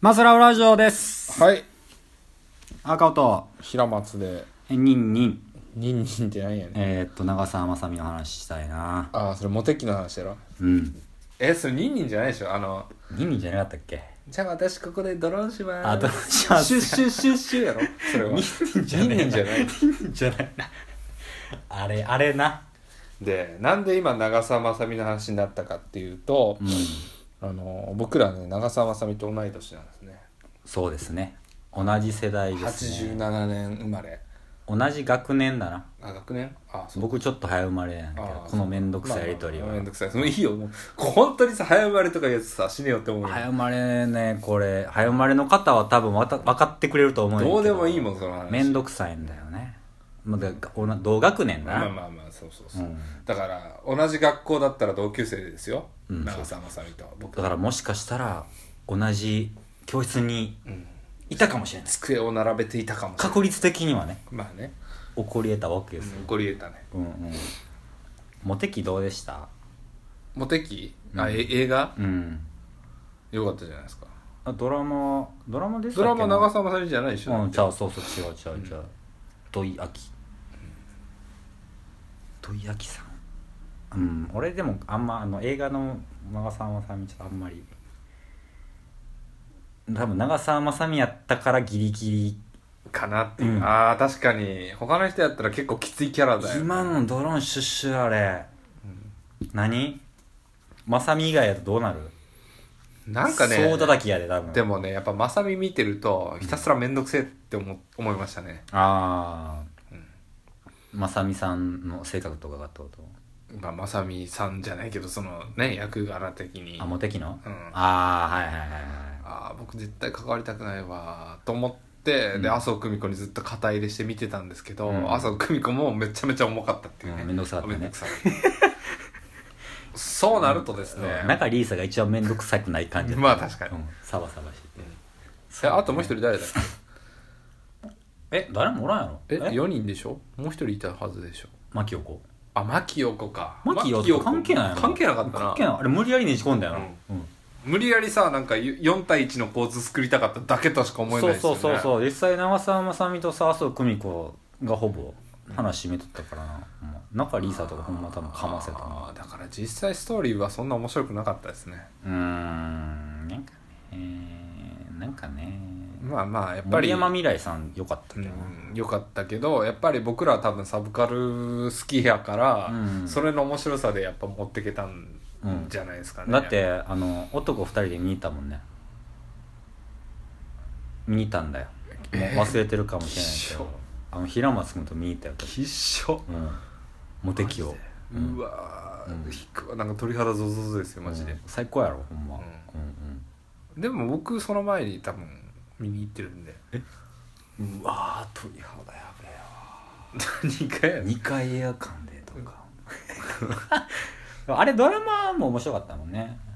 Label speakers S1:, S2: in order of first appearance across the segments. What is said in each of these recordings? S1: マスラオラジオです
S2: はい
S1: 赤尾と
S2: 平松で
S1: ニンニン
S2: ニンニンってなんやねん
S1: えー、っと長澤まさみの話したいな
S2: ああそれモテ期の話やろ
S1: うん
S2: えそれニンニンじゃないでしょあの
S1: ニンニンじゃなかったっけ
S2: じゃあ私ここでドローンしま
S1: あどう
S2: す
S1: します
S2: シュッシュッシュッシュッやろそれは
S1: ニンニンじゃない
S2: ニンニンじゃない
S1: ニンニンじゃないなあれあれな
S2: でなんで今長澤まさみの話になったかっていうと、
S1: うん
S2: あの僕らね長澤まさみと同い年なんですね
S1: そうですね同じ世代ですね
S2: 87年生まれ
S1: 同じ学年だな
S2: あ学年あそう
S1: 僕ちょっと早生まれやんけ
S2: あ
S1: ど
S2: ー
S1: このめんどくさいやりとりは、
S2: まあまあまあめんどくさいそのいいよもう本当にさ早生まれとかいうやつさ死ねよって思うよ
S1: 早生まれねこれ早生まれの方は多分わた分かってくれると思うんやけ
S2: どうでもいいもんその話
S1: 面倒くさいんだよね、まあ、だおな同学年だな、
S2: まあまあまあそうそうそう、
S1: うん
S2: だから同じ学校だったら同級生ですよ、
S1: うん
S2: 長澤まさみと僕
S1: だからもしかしたら同じ教室に
S2: うん
S1: いたかもしれない
S2: 机を並べていたかもしれない
S1: 確率的にはね
S2: まあね
S1: 起こり得たわけですよ、
S2: 起こり得たね
S1: うんうん、モテ期どうでした
S2: モテ期あ、え映画
S1: うん
S2: よかったじゃないですか
S1: あドラマドラマでした
S2: ド
S1: っけ
S2: ラマ長澤まさみじゃないでしょ、
S1: うんちゃうそうそう違う違う違う土井明土井明さんうん俺でもあんまあの映画の長澤まさみちょっとあんまり多分長澤まさみやったからギリギリ
S2: かなっていう、
S1: うん
S2: ああ確かに他の人やったら結構きついキャラだよね
S1: 今のドローンシュッシュあれ、何まさみ以外やとどうなる
S2: なんかね
S1: そう叩きやで多分
S2: でもねやっぱまさみ見てるとひたすら面倒くせえって思思いましたね
S1: ああ、まさみさんの性格とかがってこと
S2: まあまさみさんじゃないけどそのね役柄的に
S1: あモテ期の、
S2: うん
S1: ああはいはいはいはい
S2: ああ僕絶対関わりたくないわーと思って、で麻生久美子にずっと肩入れして見てたんですけど、
S1: うん
S2: 麻生久美子もめちゃめちゃ重かったっていうね
S1: うんめんどくさかったね
S2: めんどくさかったそうなるとですね、
S1: 中リーサが一番面倒くさくない感じだった
S2: まあ確かに
S1: うんサバサバしてて
S2: えあともう一人誰だっ
S1: 誰もおらんやろ
S2: けえ4人でしょもう一人いたはずでしょ
S1: マキオコ
S2: あ牧陽子か
S1: マキオ
S2: 牧陽
S1: コ
S2: 子
S1: 関係ないの
S2: 関係なかった
S1: 関
S2: な
S1: 係ないあれ無理やりねじ込んだよな、うん
S2: 無理やりさなんか4対1の構図作りたかっただけとしか思えない
S1: そう
S2: です
S1: そ
S2: よ
S1: う
S2: ね
S1: そうそう実際長澤まさみとさ麻生久美子がほぼ話締めとったからな、もう中リーサとかほんま多分かませたな
S2: あーだから実際ストーリーはそんな面白くなかったですね
S1: うーんなんかねなんかね
S2: まあまあやっぱ
S1: 森
S2: り
S1: 山未来さんよかったけどな、
S2: うんよかったけどやっぱり僕らは多分サブカル好きやから、
S1: うん
S2: それの面白さでやっぱ持ってけたん
S1: うん
S2: じゃないですかね、
S1: だってあの男2人で見に行ったもんね見に行ったんだよもう忘れてるかもしれないけ
S2: きっしょ
S1: どあの平松君と見に行ったよ私
S2: 必勝
S1: うんモテ期をうん
S2: うわー、
S1: うん
S2: ひくなんか鳥肌ゾゾゾですよマジで、
S1: うん最高やろほんま、
S2: うん
S1: うん
S2: でも僕その前に多分見に行ってるんで
S1: うんうわー鳥肌やべえ
S2: 何回やねん
S1: 2回エアカンでとか あれドラマも面白かったもんね、うん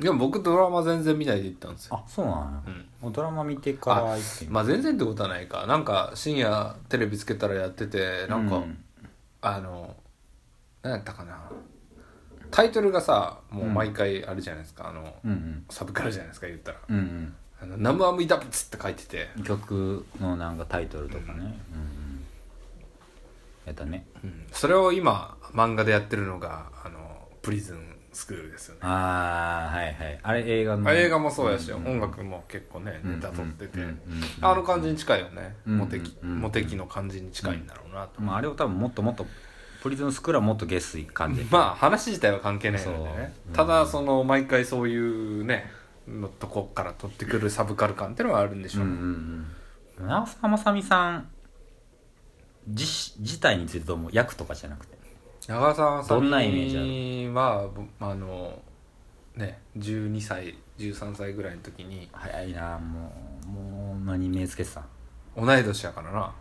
S2: でも僕ドラマ全然見ないで行ったんですよ
S1: あそうなん
S2: う
S1: や、
S2: ん
S1: もうドラマ見てから行ってみ
S2: まあ全然ってことはないかなんか深夜テレビつけたらやっててなんか、
S1: う
S2: あの何やったかなタイトルがさもう毎回あれじゃないですか、あの
S1: うん
S2: サブカルじゃないですか言ったら
S1: うんうん
S2: 「あのナムアムイダプツ」って書いてて、
S1: うん曲のなんかタイトルとかね、うんうん、やったね
S2: うんそれを今漫画でやってるのがあのプリズンスクールですよね、
S1: ああはいはいあれ映画の
S2: あ映画もそうやし、
S1: ん
S2: 音楽も結構ねネタ取って
S1: う
S2: て、
S1: んうんうんうん
S2: あの感じに近いよね、
S1: うん
S2: モテキ
S1: うん
S2: モテキの感じに近いんだろうなと、
S1: まあ、あれを多分もっともっとプリズンスクールはもっと下水感じ、
S2: まあ話自体は関係ないのでね
S1: そう
S2: ただその毎回そういうねのとこから取ってくるサブカル感っていうのはあるんでし
S1: う
S2: ょ
S1: ん
S2: う
S1: う
S2: ね、
S1: んうん長澤まさみさん自し自体についてどうも役とかじゃなくて
S2: 長澤まさみ
S1: どんなイメージ
S2: はぼあのね12歳13歳ぐらいの時に
S1: 早いなもうもう何目つけてたん、
S2: 同い年やからな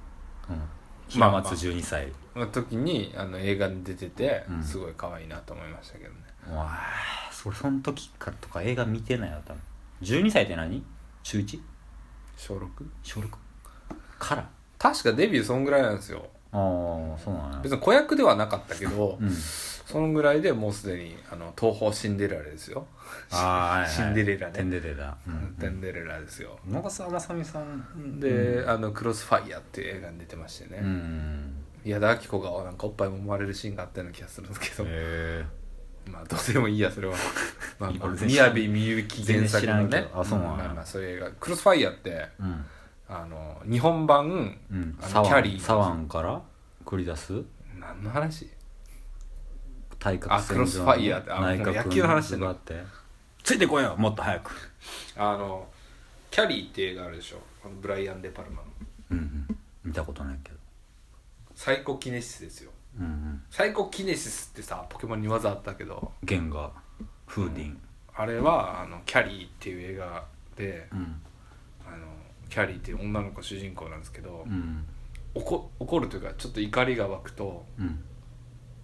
S1: うん、
S2: ま
S1: 平
S2: あまあ
S1: 松12歳、
S2: の時にあの映画に出てて、
S1: うん
S2: すごい可愛いなと思いましたけどね
S1: うわあそれその時からとか映画見てないよ多分12歳って何中 1?
S2: 小 6?
S1: 小 6? から
S2: 確かデビューそんぐらいなんですよ
S1: ああそうなんや
S2: 別に子役ではなかったけど、
S1: うん、
S2: そのぐらい でもうすでにあの東宝シンデレラですよ
S1: ああ、はいはい、
S2: シンデレラね
S1: シンデレラ、うん
S2: デンデレラですよ、
S1: 長澤まさみさん
S2: で、あの「クロスファイヤー」っていう映画に出てまして
S1: う
S2: ね、
S1: ん
S2: 矢田亜希子がなんかおっぱい揉まれるシーンがあったような気がするんですけど、
S1: へえ
S2: まあどうでもいいやそれ はまあ
S1: いや俺全然
S2: 宮部みゆき原作
S1: 全
S2: の
S1: 然知らん
S2: ね
S1: けどあそうなんや
S2: まあまあそういう映画「クロスファイヤー」って
S1: うん
S2: あの日本版
S1: うん
S2: あの
S1: サ
S2: キ
S1: ワ
S2: ャリ
S1: ン
S2: ー
S1: サワンから繰り出す
S2: 何の話
S1: 対角線
S2: あクロスファイヤーってあ
S1: 内
S2: もう
S1: 角
S2: 野球の話してんの
S1: があってついてこいよもっと早く
S2: あのキャリーって映画あるでしょあのブライアン・デ・パルマの
S1: うんうん見たことないけど
S2: サイコキネシスですよ
S1: うんうん
S2: サイコキネシスってさポケモンに技あったけど
S1: ゲンガーフーディン
S2: あれはあのキャリーっていう映画で
S1: うん
S2: あのキャリーっていう女の子主人公なんですけど、
S1: うん
S2: 怒怒るというかちょっと怒りが湧くと
S1: うん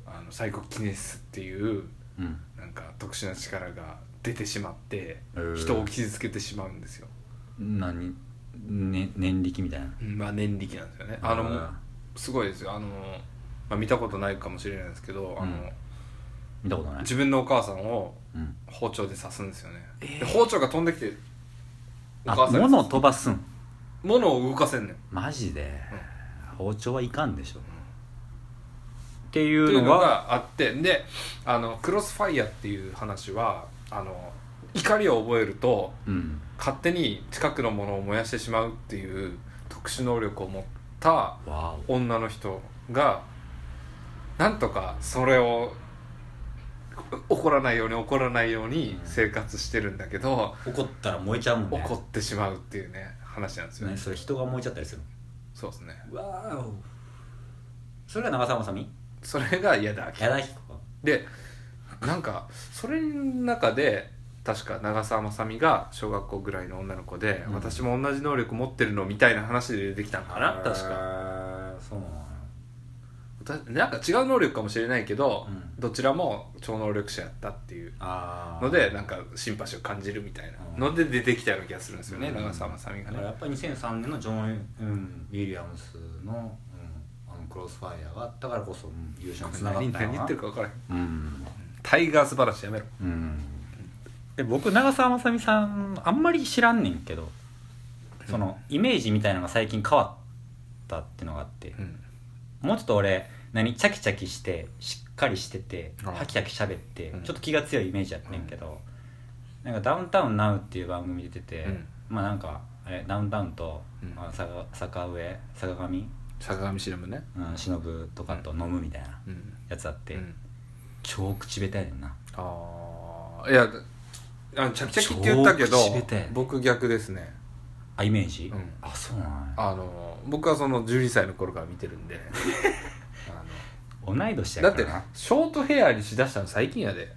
S2: あのサイコキネシスっていう
S1: うん
S2: なんか特殊な力が出てしまって
S1: へー
S2: 人を傷つけてしまうんですよ、
S1: 何、ね、念力みたいな
S2: まあ念力なんですよねあの
S1: ー
S2: すごいですよあの、まあ、見たことないかもしれないですけど、あ
S1: う
S2: の
S1: ん見たことない
S2: 自分のお母さんを
S1: うん
S2: 包丁で刺すんですよね、で包丁が飛んできてお
S1: あ
S2: 母さんに
S1: 物を飛ばすん
S2: 物を動かせんねん
S1: マジで
S2: うん
S1: 包丁はいかんでしょってい
S2: っていうう
S1: の
S2: の
S1: は
S2: があってであのクロスファイヤーっていう話はあの怒りを覚えると
S1: うん
S2: 勝手に近くのものを燃やしてしまうっていう特殊能力を持った
S1: わ
S2: 女の人がなんとかそれを怒らないように怒らないように生活してるんだけど、
S1: お怒ったら燃えちゃうもんね
S2: 怒ってしまうっていうね話なんですよね
S1: ねそれ人が燃えちゃったりする
S2: そうですね
S1: わおそれが長澤まさみ
S2: それが嫌だ
S1: 矢田彦か
S2: でなんかそれの中で確か長澤まさみが小学校ぐらいの女の子で、
S1: うん
S2: 私も同じ能力持ってるのみたいな話で出てきたのかな確か
S1: かそうなの
S2: 私なんか違う能力かもしれないけど、
S1: うん
S2: どちらも超能力者やったっていう
S1: あ
S2: のでなんかシンパシーを感じるみたいなので出てきたような気がするんですよね、
S1: うん
S2: 長澤まさみ
S1: だ
S2: が
S1: か
S2: ね
S1: らやっぱり2003年のジョン・うんウィリアムスの,、うん、あのクロスファイヤーがあったからこそ、うん優勝につながった
S2: 何
S1: よな
S2: 何言ってるか分からへん
S1: うん、
S2: タイガース話やめろ
S1: うん、で僕長澤まさみさんあんまり知らんねんけどそのイメージみたいなのが最近変わったってのがあって、
S2: うん
S1: もうちょっと俺何チャキチャキしてしっかりしてて
S2: ああ
S1: ハキハキ喋って
S2: うん
S1: ちょっと気が強いイメージやってんけど、なんか「ダウンタウンナウっていう番組出てて、
S2: うん
S1: まあなんかあれダウンタウンと、
S2: うん
S1: あの坂坂上坂上、
S2: 坂上忍ね
S1: うん、忍とかと飲むみたいな
S2: うん
S1: やつあって、
S2: うん
S1: 超口下手やねんな
S2: ああいやあのチャキチャキって言ったけど
S1: 超口下手やね
S2: 僕逆ですね
S1: あイメージ、
S2: うん
S1: あそうなんや
S2: あの僕はその12歳の頃から見てるん で
S1: 同い年
S2: あの
S1: や
S2: だ
S1: か
S2: って
S1: らな
S2: ショートヘアにしだしたの最近やで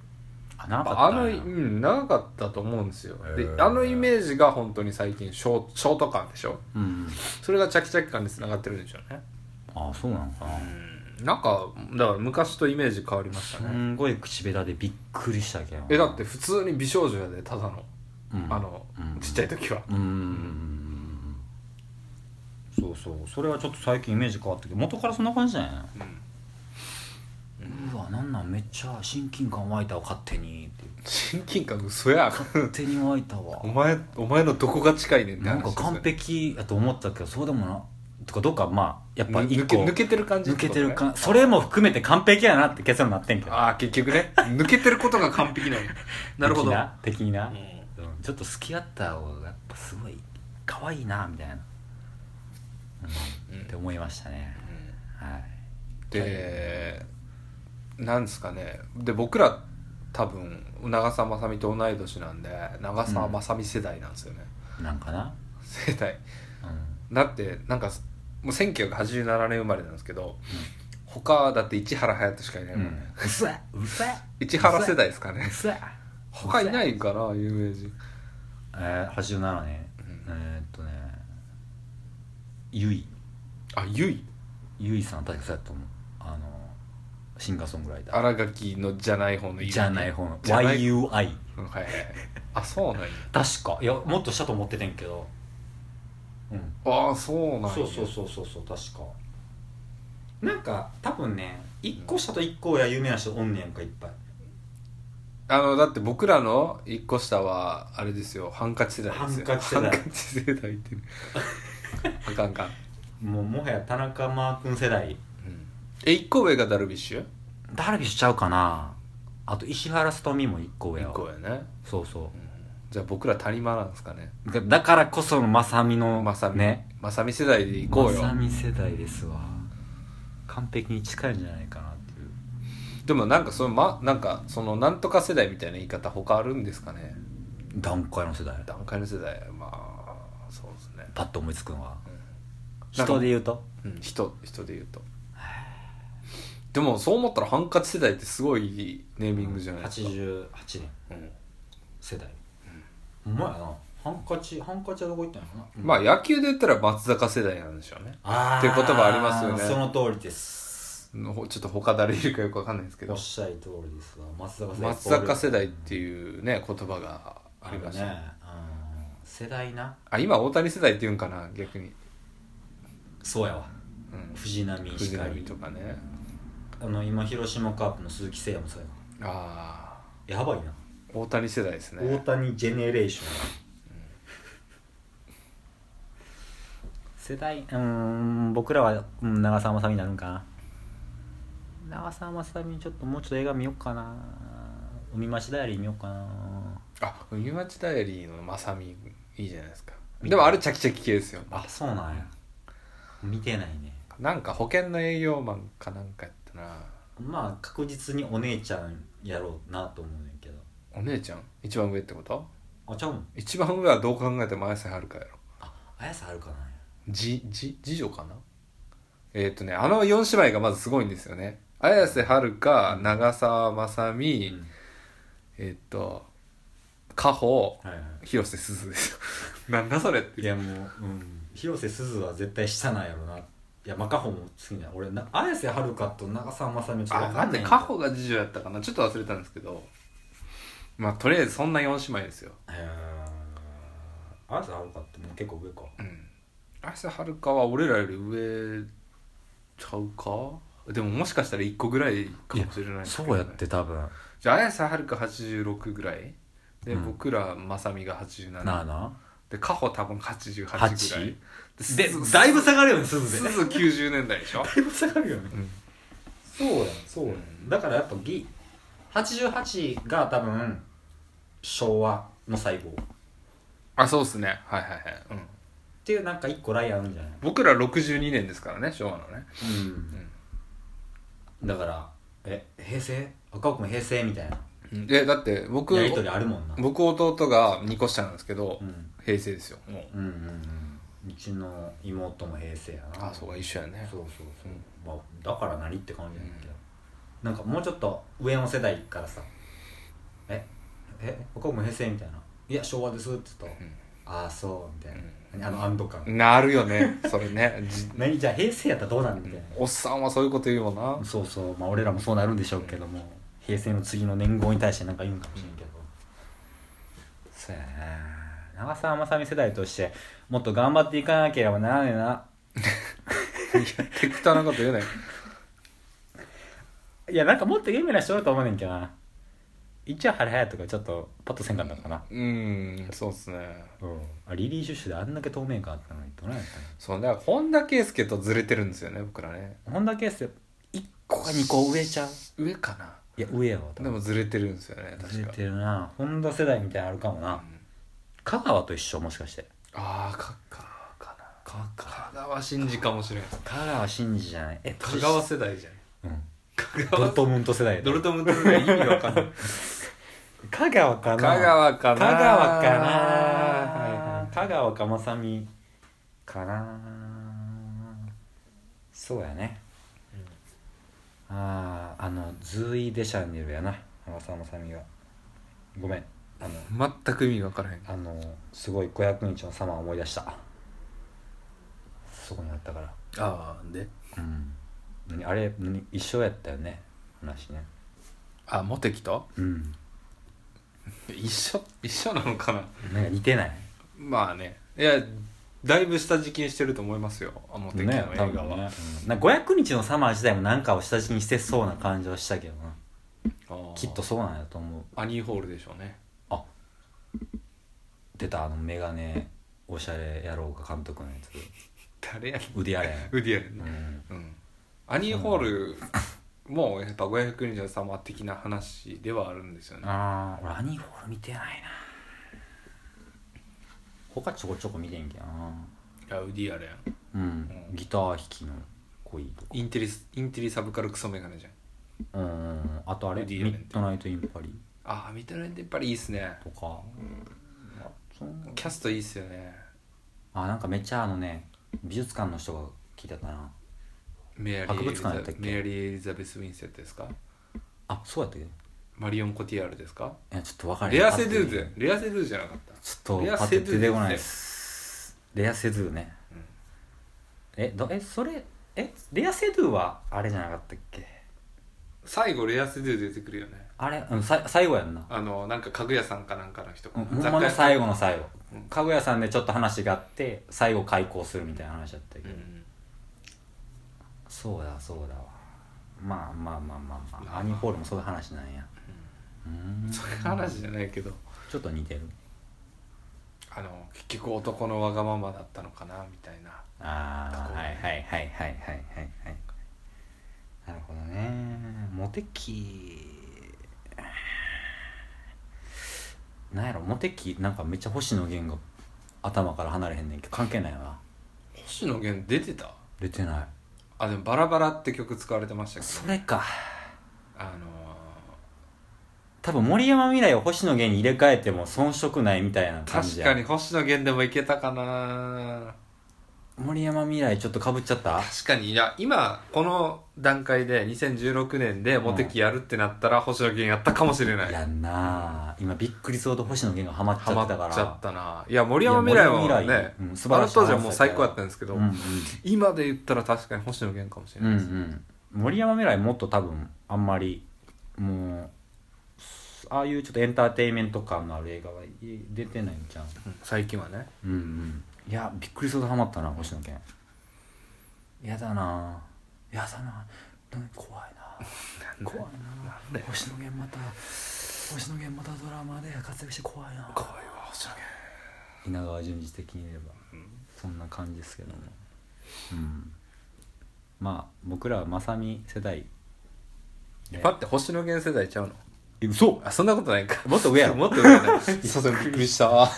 S1: あ長か
S2: あ
S1: った
S2: の、う
S1: な、
S2: ん、長かったと思うんですよで
S1: へー
S2: あのイメージが本当に最近ショーショート感でしょ
S1: うん、
S2: それがチャキチャキ感につながってるんでしょうね
S1: あそうなのかな、
S2: うんなんかだから昔とイメージ変わりました
S1: す
S2: ね
S1: んごい口下手でびっくりしたけど
S2: えだって、普通に美少女やでただの
S1: うん
S2: あの
S1: うん
S2: ちっちゃい時は
S1: うーんそうそうそれはちょっと最近イメージ変わったけど元からそんな感じじゃないうんうわなんなんめっちゃ親近感湧いたわ勝手に って
S2: 親近感嘘やん
S1: 勝手に湧いたわ
S2: お前お前のどこが近いねんって
S1: な
S2: 話
S1: ん
S2: です
S1: か
S2: よ
S1: 完璧やと思ったけどそうでもなとかどっかまあやっぱ
S2: ぬ
S1: 一
S2: 抜
S1: 個
S2: け抜けてる感じ
S1: 抜けてる
S2: 感
S1: かそれも含めて完璧やなって結論になってんけど
S2: ああ結局ね抜けてることが完璧なのなるほど
S1: 的 な的にな
S2: うん、
S1: うんちょっと好き合った方がやっぱすごい可愛いなみたいな、うん
S2: うん
S1: って思いましたねはい
S2: でなんですかねで僕ら多分長澤まさみと同い年なんで長澤まさみ世代なんですよね、
S1: なんかな
S2: 世代
S1: うん
S2: だってなんかもう1987年生まれなんですけど、他だって市原隼人しかいないもんね、
S1: うっせうっせ
S2: 市原世代ですか
S1: う
S2: ね
S1: っせ
S2: 他いないかな有名人
S1: えー、87ね、
S2: ん
S1: えー、っとねゆい
S2: あゆい
S1: ゆいさん確かそうやと思うあのシンガーソングライター
S2: 新垣のじゃない方のゆ
S1: じゃない方の
S2: じゃない
S1: YUI
S2: うんはいはいあそうなんや
S1: 確かいやもっとしたと思っててんけどうん
S2: ああそうなんや
S1: そうそうそうそうそう確かなんか多分ね一個下と一個や有名な人おんねやんかいっぱい
S2: あのだって僕らの一個下はあれですよハンカチ世代ですよ
S1: ハンカチ世代
S2: ハンカチ世代っていう あかんあかん、
S1: もうもはや田中マー君世代
S2: うん、え一個上がダルビッシュ
S1: ダルビッシュちゃうかなあと石原さとみも1個上
S2: 一
S1: やわ
S2: 個上ね、
S1: そうそ
S2: うん、じゃあ僕ら谷間なんですかね
S1: うだだからこそのまさみの
S2: まさみ
S1: ね
S2: まさみ世代で行こ
S1: ま
S2: うよ
S1: さみ世代ですわ完璧に近いんじゃないかなっていう
S2: でもなんかそのまなんかそのなんとか世代みたいな言い方他あるんですかね
S1: 段階の世代
S2: 段階の世代まあそうですね、
S1: パッと思いつくのは
S2: なんか
S1: 人で言うと
S2: うん、人人で言うとでもそう思ったらハンカチ世代ってすごいネーミングじゃないですか、
S1: 88年
S2: うん
S1: 世代うまいなハンカチハンカチはどこ行ったんやろな
S2: まあ野球で言ったら松坂世代なんでしょうね
S1: あ
S2: っていう言葉ありますよね
S1: その通りです
S2: のちょっと他誰いるかよくわかんないですけ
S1: お
S2: ど
S1: っしゃる通りですわ松坂世代
S2: 松坂世代っていうね言葉があ
S1: あ
S2: り
S1: る
S2: ま
S1: ね
S2: した
S1: うん世代な
S2: あ今大谷世代って言うんかな逆に、
S1: そうやわ
S2: うん、
S1: 藤波
S2: 藤
S1: 光
S2: 波とかね
S1: あの今広島カープの鈴木誠也もそう
S2: あ
S1: やなやばいな
S2: あ大谷世代ですね
S1: 大谷ジェネレーション、世代うーん僕らは、うん、長澤まさみになるんかな長澤まさみちょっともうちょっと映画見ようかな海町ダイアリー見ようかな
S2: あ海町ダイアリーのまさみいいじゃないですかでもあれチャキチャキ系ですよ
S1: あそうなんや見てないね
S2: なんか保険の営業マンかなんかやったな
S1: まあ確実にお姉ちゃんやろうなと思うねんけど
S2: お姉ちゃん一番上ってこと
S1: あちゃうもん
S2: 一番上はどう考えても綾瀬はるかやろ
S1: あ綾瀬はるかなんや
S2: じじ次女かなえっ、とねあの4姉妹がまずすごいんですよね綾瀬はるか長澤まさみ、えっ、と加穂
S1: はいはい
S2: 広瀬すずですよ なんだそれって
S1: いやもう、うん、広瀬すずは絶対下なんやろないやまあカホも好きな俺な綾瀬はるかと長澤まさみはちょっと
S2: あ
S1: 分
S2: な
S1: かん
S2: ん
S1: な
S2: で
S1: い
S2: 加穂が次女やったかなちょっと忘れたんですけどまあとりあえずそんな4姉妹ですよ
S1: えー綾瀬はるかってもう結構上か
S2: うん綾瀬はるかは俺らより上ちゃうかでももしかしたら1個ぐらいかもしれないですけどね
S1: 多分
S2: じゃあ綾瀬はるか86ぐらいで、
S1: うん
S2: 僕らまさみが87
S1: なあな
S2: でカホ多分88ぐらい
S1: 8
S2: で
S1: ですだいぶ下がるよねす
S2: す
S1: ずでだ
S2: ず90年代でしょ
S1: いぶ下がるよね
S2: うん
S1: そうやんそうやんだからやっぱギ88が多分昭和の細胞っ
S2: あそうっすねはいはいはい、うん、
S1: ていうなんか一個ラインあるんじゃない
S2: 僕ら62年ですからね昭和のね
S1: うんだからえ平成赤尾君平成みたいな
S2: でだって僕
S1: やり取りあるもんな
S2: 僕弟が2個下なんですけど、
S1: うん
S2: 平成ですよもう
S1: うんうんうんうちの妹も平成やな
S2: あそうか一緒やね
S1: そうそうそう、
S2: うん
S1: まあ、だから何って感じやねんけど、なんかもうちょっと上の世代からさ「ええ赤尾君平成?」みたいな「いや昭和です」って言うと「
S2: ん
S1: ああそう」みたいな、何あの安堵感、
S2: なるよねそれねじ
S1: 何じゃあ平成やったらどうなんみたいな、
S2: おっさんはそういうこと言うもんな
S1: そうそうまあ俺らもそうなるんでしょうけども、平成の次の年号に対して何か言うんかもしれんけど、そうやね長澤まさみ世代としてもっと頑張っていかなければならねえない
S2: 適当なこと言うなよ
S1: いやなんかもっと有名な人おると思うねんけどな一応ハラハヤとかちょっとパッとせんかったのかな、
S2: うんそうっすね
S1: うん、あリリー・シュッシュであんだけ透明感あったのにどうなんやった
S2: そうだから本田圭佑とずれてるんですよね僕らね
S1: の本田圭佑1個か2個上ちゃう
S2: 上かない
S1: や上やわ多
S2: で
S1: 分
S2: もずれてるんですよね
S1: ず
S2: 確
S1: れ
S2: か
S1: てるな本田世代みたいなのあるかもな、
S2: ん
S1: 香川と一緒もしかして
S2: ああかかかな
S1: 香
S2: 香川真司かもしれない
S1: 香川真司じゃないえ
S2: 香川世代じゃん
S1: うん
S2: 香
S1: ドル
S2: 川
S1: トムント世代
S2: ドルトムント世代意味わかんない
S1: 香川かな
S2: 香川か
S1: 香川か
S2: な
S1: な
S2: はいはい
S1: 香川かまさみかなそうやね、あああのズーイ・デシャンネルやな長澤まさみはごめんあの
S2: 全く意味わからへん
S1: あのすごい500日の様を思い出したそこにあったから
S2: ああで
S1: うん何あれ何一緒やったよね話ね
S2: あモテキと
S1: うん
S2: 一緒一緒なのかな
S1: なんか似てない
S2: まあねいやだいぶ下敷きにしてると思いますよあモテキの映
S1: ね
S2: 画
S1: 多
S2: は、
S1: 分ね、うん、なんか500日のサマー自体もなんかを下地にしてそうな感じはしたけどな
S2: あああ
S1: きっとそうなんやと思う
S2: アニーホールでしょうね
S1: 出たあのメガネおしゃれ野郎が監督のやつ
S2: 誰やね
S1: ウディアレ
S2: んウディアレン
S1: ン、う
S2: ね
S1: ん、
S2: うんアニーホールもやっぱ500人様的な話ではあるんですよね
S1: ああ俺アニーホール見てないな他ちょこちょこ見てんけどな
S2: ラウディアレン
S1: うん、
S2: うん
S1: ギター弾きの恋とか
S2: インテリスインテリサブカルクソメガネじゃん
S1: うんうんうんあとあれ
S2: ウディ
S1: ミ
S2: アレンって
S1: ッドナイトインパリ
S2: ああ見た目でやっぱりいいっすね
S1: とか、あそんな
S2: キャストいいっすよね
S1: あなんかめっちゃあのね美術館の人が聞いてたな
S2: メアリー
S1: 博物館やったっけ
S2: メアリー・エリザベス・ウィンセットですか
S1: あそうやったっけ
S2: マリオン・コティアールですか
S1: いやちょっと分かれへん
S2: レア・セドゥ
S1: パッ
S2: ー
S1: て
S2: ズレア・セドゥーズじゃなかった
S1: ちょっ
S2: レ
S1: と
S2: ア
S1: パッて
S2: セドゥで
S1: 出
S2: す
S1: てこないですレアセドゥね、
S2: うん
S1: えどえそれえレアセドゥはあれじゃなかったっけ
S2: 最後レア・セドゥーズ出てくるよね
S1: あれ、うん、さ最後やんな、
S2: あのなんか家具屋さんかなんかの人
S1: うん、ほん
S2: 雑
S1: ま
S2: 貨
S1: の
S2: 屋さん
S1: 最後の最後
S2: うん
S1: かぐやさんでちょっと話があって最後開校するみたいな話だったけ
S2: う
S1: ど、
S2: ん
S1: そうだそうだわまあまあまあまあ、ま
S2: ま
S1: あ、
S2: あ
S1: アニーホールもそういう話なんやうーん
S2: そういう話じゃないけど
S1: ちょっと似てる
S2: あの結局男のわがままだったのかなみたいな
S1: あ
S2: と
S1: あ
S2: こ
S1: はいはいはいはいはいはいはいなるほどねモテ期なんやろモテ期なんかめっちゃ星野源が頭から離れへんねんけど関係ないよな
S2: 星野源出てた
S1: 出てない
S2: あでも「バラバラ」って曲使われてましたけ
S1: そ
S2: ど、
S1: れか
S2: あの
S1: 多分森山未来を星野源に入れ替えても遜色ないみたいな
S2: ー
S1: 感じ
S2: 確
S1: や
S2: かに星野源でもいけたかな
S1: 森山未来ちょっとかぶっちゃった
S2: 確かにいや今この段階で2016年でモテ期やるってなったら星野源やったかもしれない
S1: やんなあ今びっくりそうと星野源がハマっち
S2: ハ
S1: ゃ
S2: マ
S1: ってたか
S2: っ
S1: ら
S2: ちゃったないや森山未来
S1: いや森山
S2: は
S1: 未
S2: ね
S1: 来うん素晴
S2: あの
S1: らしい
S2: 当時はもう最高やったんですけど、
S1: うんうん
S2: 今で言ったら確かに星野源かもしれ
S1: う
S2: なんいうです、
S1: ん森山未来もっと多分あんまりもうああいうちょっとエンターテインメント感のある映画は出てないんちゃう
S2: うん最近はね
S1: うんうんいやびっくりそうとハマったな星野源やだなあやだなあなんか怖いなあ怖い なあ
S2: なんだよ
S1: 星野源また星野源またドラマで活躍して怖いなあ
S2: 怖いわ星野源
S1: 稲川淳二的に言えば、そんな感じですけども、うん、まあ僕らはまさみ世代ね
S2: 待って星野源世代ちゃうの
S1: え嘘
S2: あそんなことないか
S1: もっと上やろ
S2: もっと上や ねそうそうびっくりした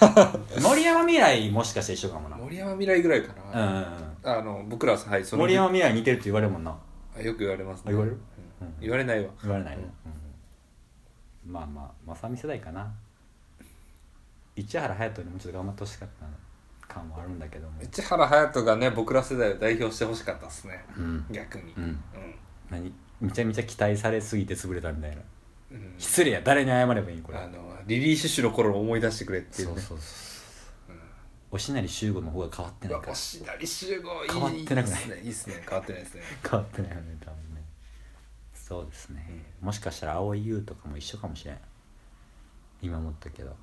S1: 森山未来もしかして一緒かもなうん
S2: 森山未来ぐらいか
S1: う
S2: な、
S1: んうん
S2: あの僕らははいその
S1: 森山未来似てるって言われるもんな
S2: あよく言われます
S1: あ言われる
S2: うん
S1: うん
S2: 言われないわ
S1: 言われないな、
S2: う
S1: うんまあまあまさみ世代かな市原隼人にもちょっと頑張ってほしかった感もあるんだけども
S2: 市原隼人がね僕ら世代を代表してほしかったっすね
S1: うん、
S2: 逆に
S1: う
S2: うん
S1: ん、何めちゃめちゃ期待されすぎて潰れたみたいな
S2: うん
S1: 失礼や誰に謝ればいいんこれ
S2: あのリリー・シュシュの頃を思い出してくれっていう
S1: そう
S2: ね
S1: そうそう、おしなり集合の方が変わって
S2: う
S1: ない
S2: わ
S1: から
S2: 星成集合いい
S1: 変わってなくない
S2: いいっすねいいっすね変わってないですね
S1: 変わってないよね多分ねそうですね、もしかしたら蒼井優とかも一緒かもしれん今思ったけど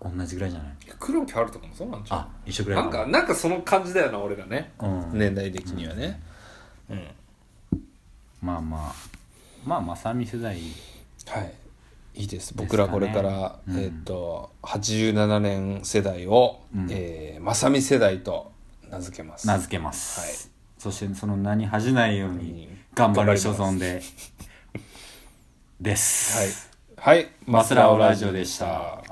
S1: 同じぐらいじゃない
S2: 黒木春とかもそうなんじゃ
S1: あ
S2: ん
S1: 一緒ぐらい
S2: なんかなんかその感じだよな俺らね
S1: うん、
S2: 年代的にはねうん
S1: まあまあまあまさみ世代
S2: はい、いいです
S1: かね
S2: 僕らこれから、
S1: うん
S2: えっ、と87年世代を、
S1: うん
S2: えー、まさみ世代と名付けます
S1: 名付けます、そしてその名に恥じないように
S2: うん
S1: 頑張る所
S2: 頑
S1: 存
S2: 張
S1: でです、
S2: はい、はい、
S1: マスラオラジオでした
S2: マスラオラジオでした